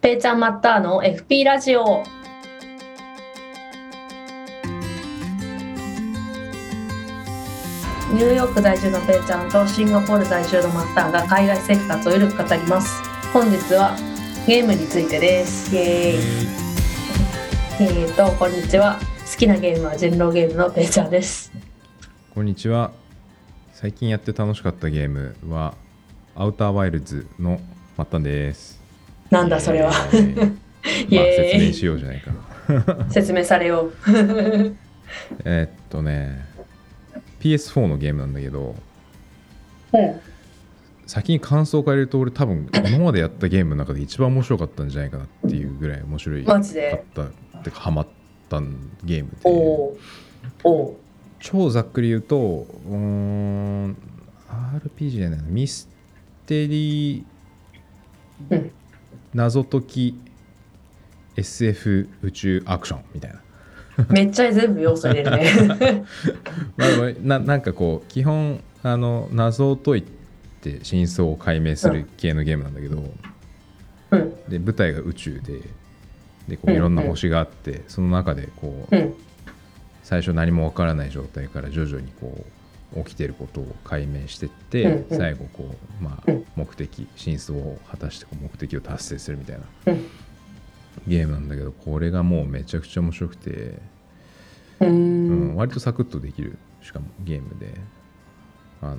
ぺーちゃんまったーの FP ラジオ。ニューヨーク在住のぺーちゃんとシンガポール在住のまったーが海外生活をゆるく語ります。本日はゲームについてです。イエーイ。えーと、こんにちは。好きなゲームは人狼ゲームのぺーちゃんです。こんにちは最近やって楽しかったゲームはアウターワイルズのまったんですなんだそれは。えーまあ イエーイ説明しようじゃないかな説明されよう。えーっとね PS4 のゲームなんだけどうん。先に感想から言うと俺多分今までやったゲームの中で一番面白かったんじゃないかなっていうぐらい面白いかマっジで。たってかハマったゲームおでお。おう超ざっくり言うとうーん RPG じゃないなミステリーうん。謎解き SF 宇宙アクションみたいなめっちゃ全部要素入れる ね。まあでもななんかこう基本あの謎を解いて真相を解明する系のゲームなんだけど、うん。で舞台が宇宙ででこうんううんいろんな星があって、その中でこう、うん。最初何もわからない状態から徐々にこう起きてることを解明してって、うんうん最後こう、まあうん、目的真相を果たしてこう目的を達成するみたいなうんゲームなんだけどこれがもうめちゃくちゃ面白くて。うーうん、ん。割とサクッとできるしかもゲームであの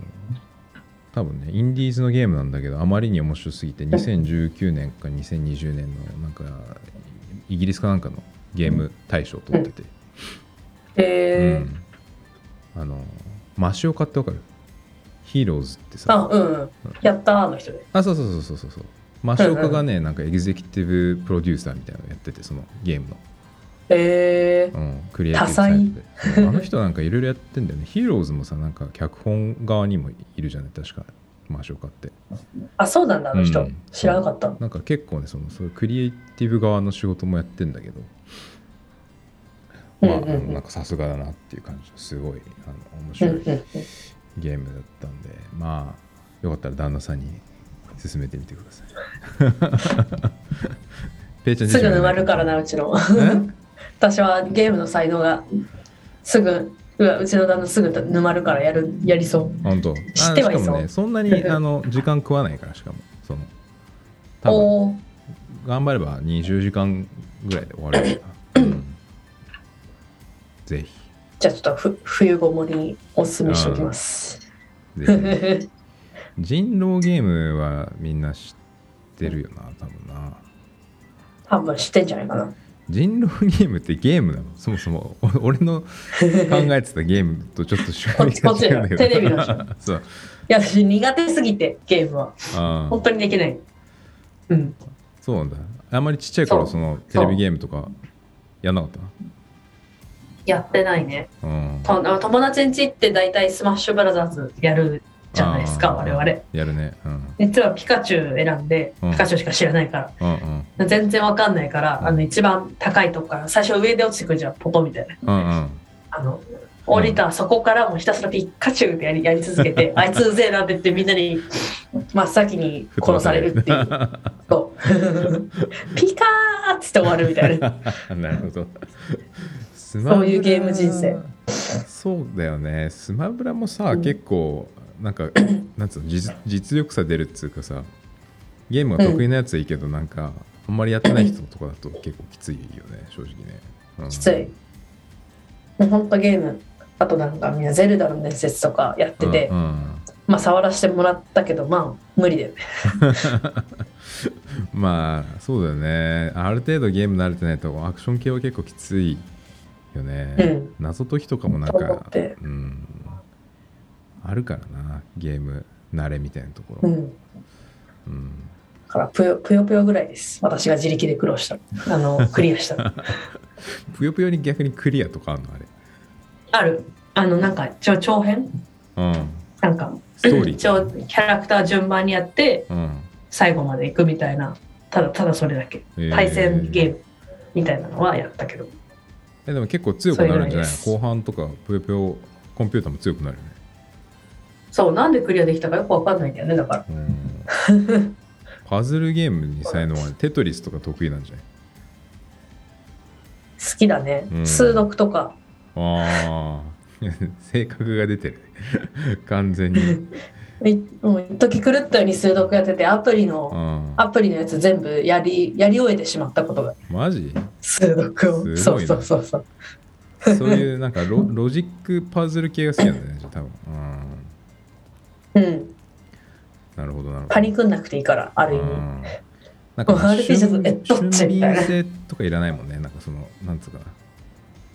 多分ねインディーズのゲームなんだけどあまりに面白すぎて2019年か2020年のなんかイギリスかなんかのゲーム大賞取ってて、うえん、あのマシオカってわかるヒーローズってー。さあ、うん。やったーの人で。あそうそうそうそうそうそうマシオカがねなんかエグゼクティブプロデューサーみたいなのやっててそのゲームのえー。うん、クリエイティブサイドでうんあの人なんかいろいろやってんだよねヒーローズもさなんか脚本側にもいるじゃない確かマシオカってあ、そうなんだ、あの人。うん知らなかった。なんか結構ねそのそういうクリエイティブ側の仕事もやってんだけどまあ、うんうんうんあのなんかさすがだなっていう感じすごいあの面うん白ういんうん。ゲームだったんで、まあよかったら旦那さんに勧めてみてくださいペイちゃんす自身ぐは沼るからな、うちの。 え私はゲームの才能がすぐ、うわうちの旦那すぐ沼るからやる、やりそう。本当知ってはいそうあしかもねそんなにあの時間食わないからしかもその多分おお。頑張れば20時間ぐらいで終わるか な、うんぜひじゃあちょっとふ冬ごもりにおすすめしておきます。ぜひ人狼ゲームはみんな知ってるよな多分な多分知ってんじゃないかな。人狼ゲームってゲームなのそもそも お俺の考えてたゲームとちょっと趣味こっ ちこっちだよ テレビの趣そういや、私苦手すぎて、ゲームは。あ本ー当にできない。うん。そうなんだあんまりちっちゃい頃そうそのテレビゲームとかやんなかったやってないね。うんとあ友達ん家って大体スマッシュブラザーズやるじゃないですか、あ我ー々。やるねうん実はピカチュウ選んで、うんピカチュウしか知らないかうんうんら、全然わかんないから、うんあの一番高いとこから、最初上で落ちてくるじゃん、ポトみたいな。うんうんあの降りたそこからもうひたすらピカチュウでやりやり続けて、 あいつうぜえなって言ってみんなに真っ先に殺されるっていう。そう ピカーっつって終わるみたいな。 なるほど。スそういうゲーム人生。そうだよね。スマブラもさ、うん結構なん かなんつうの実実力差出るっつうかさ、ゲームが得意なやつはいいけど、なんかあんまりやってない人とかだと結構きついよね、正直ね。うんきつい。もうほんとゲーム。あとなんかみんなゼルダの伝説とかやってて、うんうんまあ触らせてもらったけど、まあ無理だよね。まあそうだよねある程度ゲーム慣れてないとアクション系は結構きついよね、うん謎解きとかもなんと思っか、てうん、あるからなゲーム慣れみたいなとこうろ、ん。だうんからぷよぷよぷよぐらいです。私が自力で苦労した。あ の、クリアしたの。ぷよぷよに逆にクリアとかあるのある。あの、なんか、ちょ長編あれうんなんか、ストーリ一応ー、キャラクター順番にやって、うん最後まで行くみたいな、ただただそれだけ。えー対戦ゲームみたいなのはやったけど。えでも結構強くなるんじゃないそれぐらいでのす後半とかぷよぷよコンピューターも強くなるよね そう、なんでクリアできたかよくわかんないんだよね、だから。うんパパズルゲームに才能はテトリスとか得意なんじゃない好きだね、うん数独とかああ性格が出てるね完全に、 いもう一時狂ったように数独やっててアプリのうん、アプリのやつ全部やりやり終えてしまったことがマジ数独を、すそごいなうそうそうそうそういうなんか ロロジックパズル系が好きなんだねじゃあ多分うんうんなるほどなるほどパニクんなくていいからある意味うんなんかもう RPG 俊えどっち俊みたいな敏性とかいらないもんねなんかそのなんつうか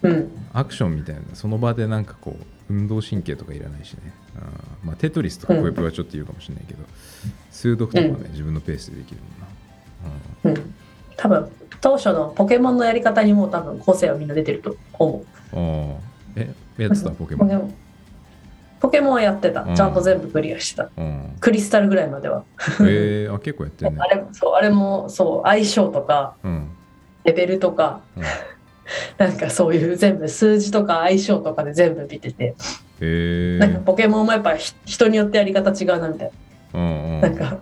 なうんアクションみたいなその場でなんかこう運動神経とかいらないしねうんまあテトリスとかうんぷよぷよはちょっと言うかもしれないけど、数読とかはね自分のペースでできるもんな、うんうん多分当初のポケモンのやり方にもう多分個性はみんな出てると思うああえやってたポケモポケン、モン ポケモンはやってたうんちゃんと全部クリアしてた、うん、クリスタルぐらいまではえー、あ結構やってるねあれもそうあれもそう相性とかうんレベルとかうん なんかそういう全部数字とか相性とかで全部見てて、えー、なんかポケモンもやっぱひ人によってやり方違うなみたいうんうんな,、なんか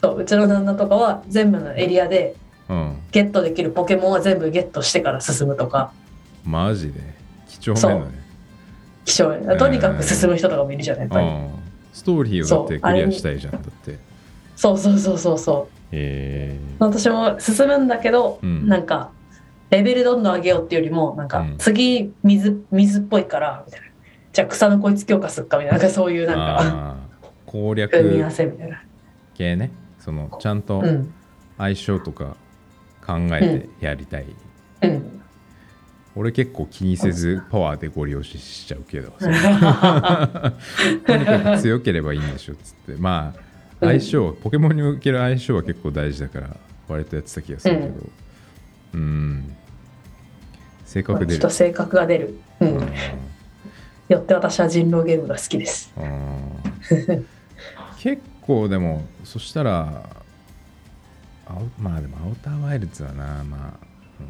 そううちの旦那とかは全部のエリアでうんゲットできるポケモンは全部ゲットしてから進むとかマジで貴重なのね希少やとにかく進む人とかもいるじゃないやっぱり、うんストーリーをだってクリアしたいじゃんだってそうそうそうそうそうえー、私も進むんだけど、うんなんかレベルどんどん上げようっていうよりもなんかうん次水水っぽいからみたいなじゃあ草のこいつ強化すっかみたいななんかそういうなんかあー攻組み合わ略せみたいな。系ねそのちゃんとうん相性とか考えてやりたい、うん俺結構気にせずパワーでご利用ししちゃうけどとにかうく強ければいいんでしょっつってまあうん相性、ポケモンにおける相性は結構大事だから割とやってた気がするけどうん性格んちょ出っると、性格が出る、ううんん、よって私は人狼ゲームが好きですうん結構でもそしたらアウまあでもアウターワイルズはなまあ、うん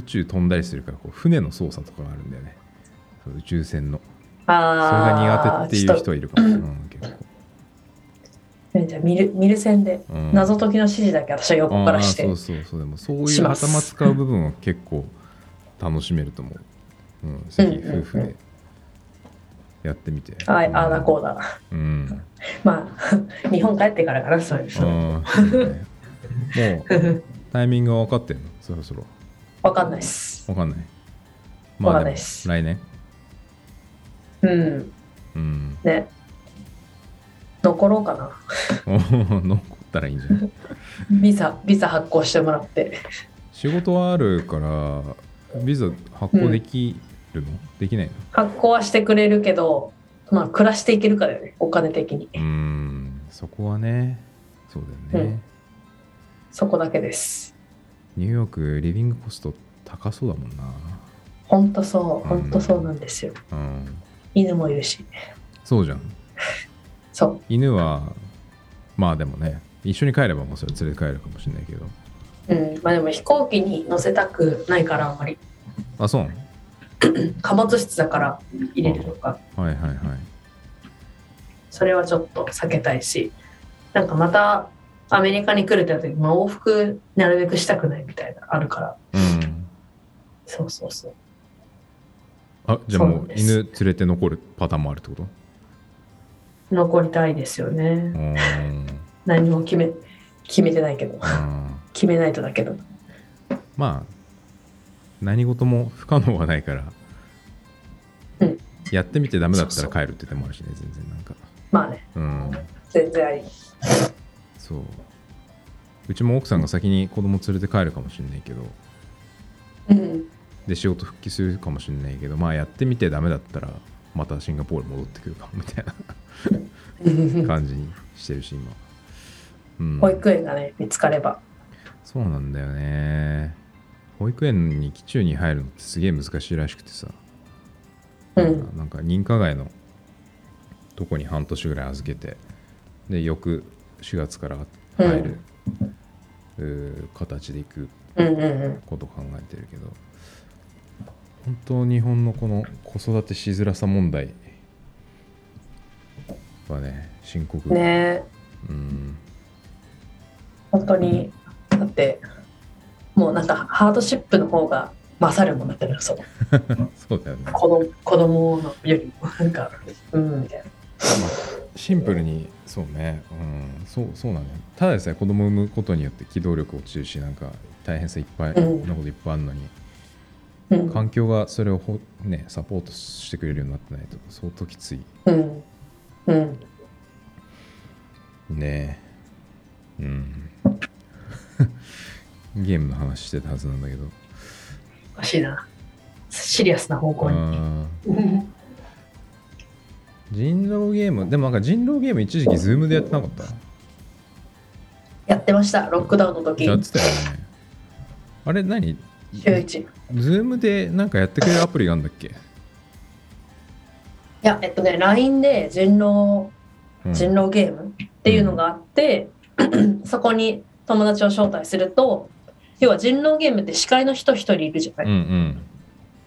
宇宙飛んだりするからこう船の操作とかがあるんだよねそう宇宙船のそれが苦ああ手っていう人はいるかも、うん、結構、じゃあ見る見る線でうん謎解きの指示だけ私は横からしあてーそうそうそうでもそういしうます頭使う部分は結構楽しめると思う、うん、ぜひ夫婦でやってみて、はいああだこううだだ、うんまあ 日本帰ってからかなそういうのあーそうねもうタイミングは分かってんのそろそろわかんないっす分かんないわかんでないもっす来年うんうん ね残ろうかなおー残ったらいいんじゃないビザビザ発行してもらって仕事はあるからビザ発行できるの、できないの発行はしてくれるけどまあ暮らしていけるかだよねお金的にうーんそこはねそうだよね、そこだけですニューヨークリビングコスト高そうだもんなほんとそうほんとそうなんですようん犬もいるしそうじゃんそう犬はまあでもね一緒に帰ればもうそれ連れて帰るかもしれないけどうん、まあでも飛行機に乗せたくないからあんまりあそう貨物室だから入れるとかはいはいはいそれはちょっと避けたいしなんかまたアメリカに来るってなった時、まあ、往復なるべくしたくないみたいなあるからうんそうそうそうあじゃあそうもなんうです犬連れて残るパターンもあるってこと残りたいですようねーん何も決め決めてないけどうん決めないとだけどまあ何事も不可能はないから、うんやってみてダメだったら帰るって手もあるしね全然なんかまあねうん全然ありそううちも奥さんが先に子供連れて帰るかもしれないけどうんで仕事復帰するかもしれないけどまあやってみてダメだったらまたシンガポール戻ってくるかもみたいな感じにしてるし今、うん、保育園がね見つかればそうなんだよね保育園に基中に入るのってすげえ難しいらしくてさ、うんなんか認可外のとこに半年ぐらい預けてで翌4月から入る、うー形でいくうんうんうんことを考えてるけど本当日本のこの子育てしづらさ問題はね深刻ねえうん本当にだってもうなんかハードシップの方が勝るもんだったからその そうだよね子供子供のよりもなんかうんみたいなシンプルにそうねうんそうそうなんだよただでさえ子供産むことによって機動力落ちるしなんか大変さいっぱいうんなこといっぱいあるのに、うん、環境がそれをほ、ね、サポートしてくれるようになってないと相当きついうんうん、ねえうん ゲームの話してたはずなんだけどおかしいなシリアスな方向にあーうん人狼ゲームでもなんか人狼ゲーム一時期ズームでやってなかったやってましたロックダウンの時やってたよねあれ何週一いズームでなんかやってくれるアプリがあるんだっけ、やえっとね LINE で人狼うん人狼ゲームっていうのがあって、 そこに友達を招待すると要は人狼ゲームって司会の人一人いるじゃない、うん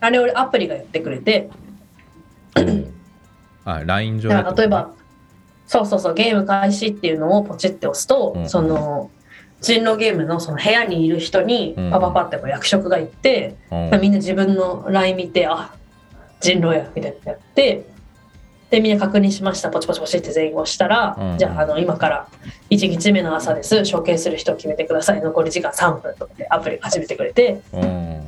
あれをアプリがやってくれてうん。あ、LINE 上だだからと例え。ばそうそうそうゲーム開始っていうのをポチって押すと、うんその人狼ゲームのその部屋にいる人にうんパパパってこう役職がいって、うんみんな自分の LINE 見てあ人狼やみたいなのやってでみんな確認しましたポチポチポチって全員押したら、うんじゃああの今から1日目の朝です処刑する人を決めてください残り時間3分とかでアプリ始めてくれてうん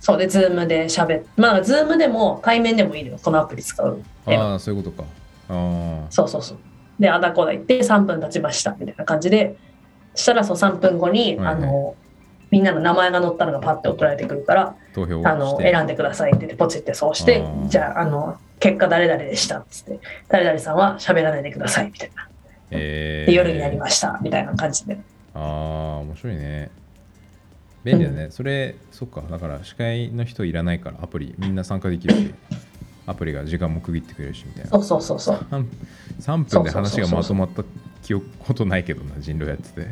そうで Zoom で喋ってまあ Zoom でも対面でもいいのよこのアプリ使うああ、そういうことか。あそうそうそう。で、あだこだ言って3分経ちましたみたいな感じで、したらそう3分後に、はいはいあの、みんなの名前が載ったのがパッて送られてくるから、あ、投票あの、選んでくださいって言ってポチってそうしてあ、ーじゃあ、あの、結果誰々でしたっつって、誰々さんは喋らないでくださいみたいな。えで、夜になりす。ましたみたいな感じで。ああ、面白いね。便利だね。それ、そっか。だから、司会の人いらないから、アプリ、みんな参加できるし、アプリが時間も区切ってくれるし、みたいなそ。うそうそうそう。 3, 3分でそうそう話そうそうがまとまった記憶ことないけどな、人狼やってて。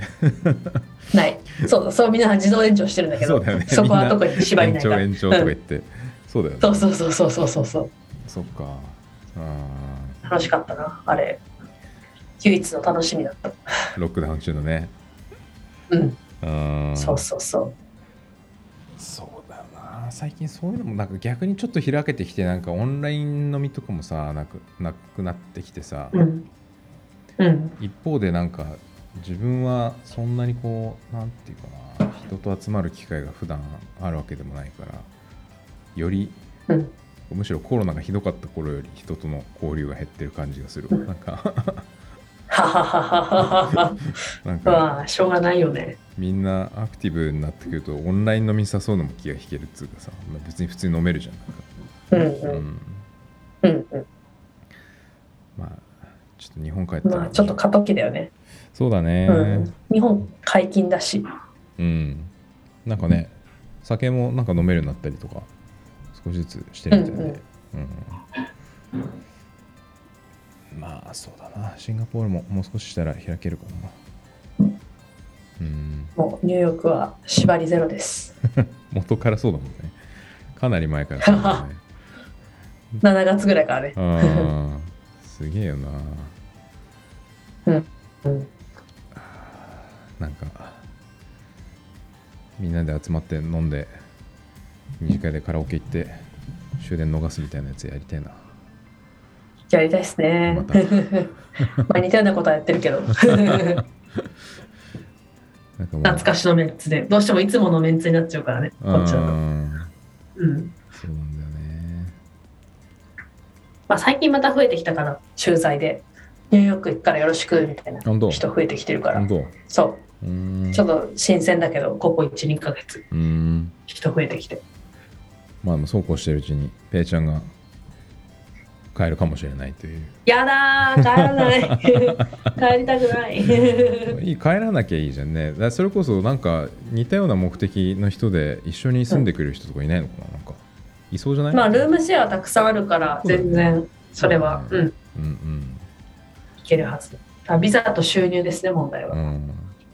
ない。そうそう、みんな自動延長してるんだけそうど、だよね。 そこは特に縛り延ないか長ら。延長とかう言っんて。そうだよね。そうそうそうそうそうそうそう。そっか。ああ。楽しかったな、あれ。唯一の楽しみだった。ロックダウン中のね。うん、うん。そうそうそう。そうだよな。最近そういうのもなんか逆にちょっと開けてきて、なんかオンライン飲みとかもさ、なくなくなってきてさ、うん。うん。一方でなんか自分はそんなにこう、なんていうかな、人と集まる機会が普段あるわけでもないから、よりうん。むしろコロナがひどかった頃より人との交流が減ってる感じがする。なん か、はははははなんか。は。まあ、しょうがないよね。みんなアクティブになってくるとオンライン飲み誘うのも気が引けるっつうかさ、まあ別に普通に飲めるじゃんなんかうんう。うんん、うんうん。まあちょっと日本帰ったら、まあ、ちょっと過渡期だよね。そうだねうん。日本解禁だし。うん、なんかね酒もなんか飲めるようになったりとか少しずつしてるみたいで、うんまあそうだなシンガポールももう少ししたら開けるかなうんもうニューヨークは縛りゼロです。元からそうだもんねかなり前からそうだもん ね7月ぐらいからね。あーすげえよなうん。なんかみんなで集まって飲んで二次会でカラオケ行って終電逃すみたいなやつやりたいなやりたいですねま。たまあ、似たようなことはやってるけど。 なんかもう懐かしのメンツで。どうしてもいつものメンツになっちゃうからね。こっちだと。あうん。ーそうなんだよねまあ、最近また増えてきたかな。駐在で。ニューヨーク行くからよろしくみたいな本当人増えてきてるか本ら。当そう。うーんちょっと新鮮だけど、ここ1、2ヶ月、うーん人増えてきて。まあでもそうこうしてるうちにペイちゃんが帰るかもしれないというやだー、帰ら ない。帰りたくない。いい帰らなきゃいいじゃんねだからそれこそなんか似たような目的の人で一緒に住んでくれる人とかいないのかななんかいそうじゃないまあ、ルームシェアたくさんあるから、全然、それは、うん、いうんけるはず。あビザと収入ですね、問題うは。ん、うん、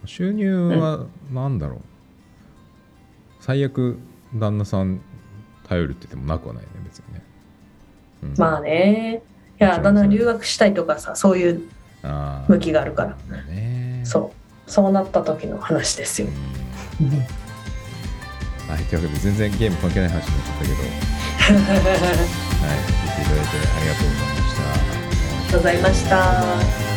収入は何だろう、最悪旦那さん頼るって言ってもなくはないね別にね、うんまあね。いや、だんだん留学したいとかさ、そういう、あー向きがあるからなるほどねそう。そうなった時の話ですよ。はい、というわけで全然ゲーム関係ない話になっちゃった けど、はい、聞いていただいてありがとうございました。ございました。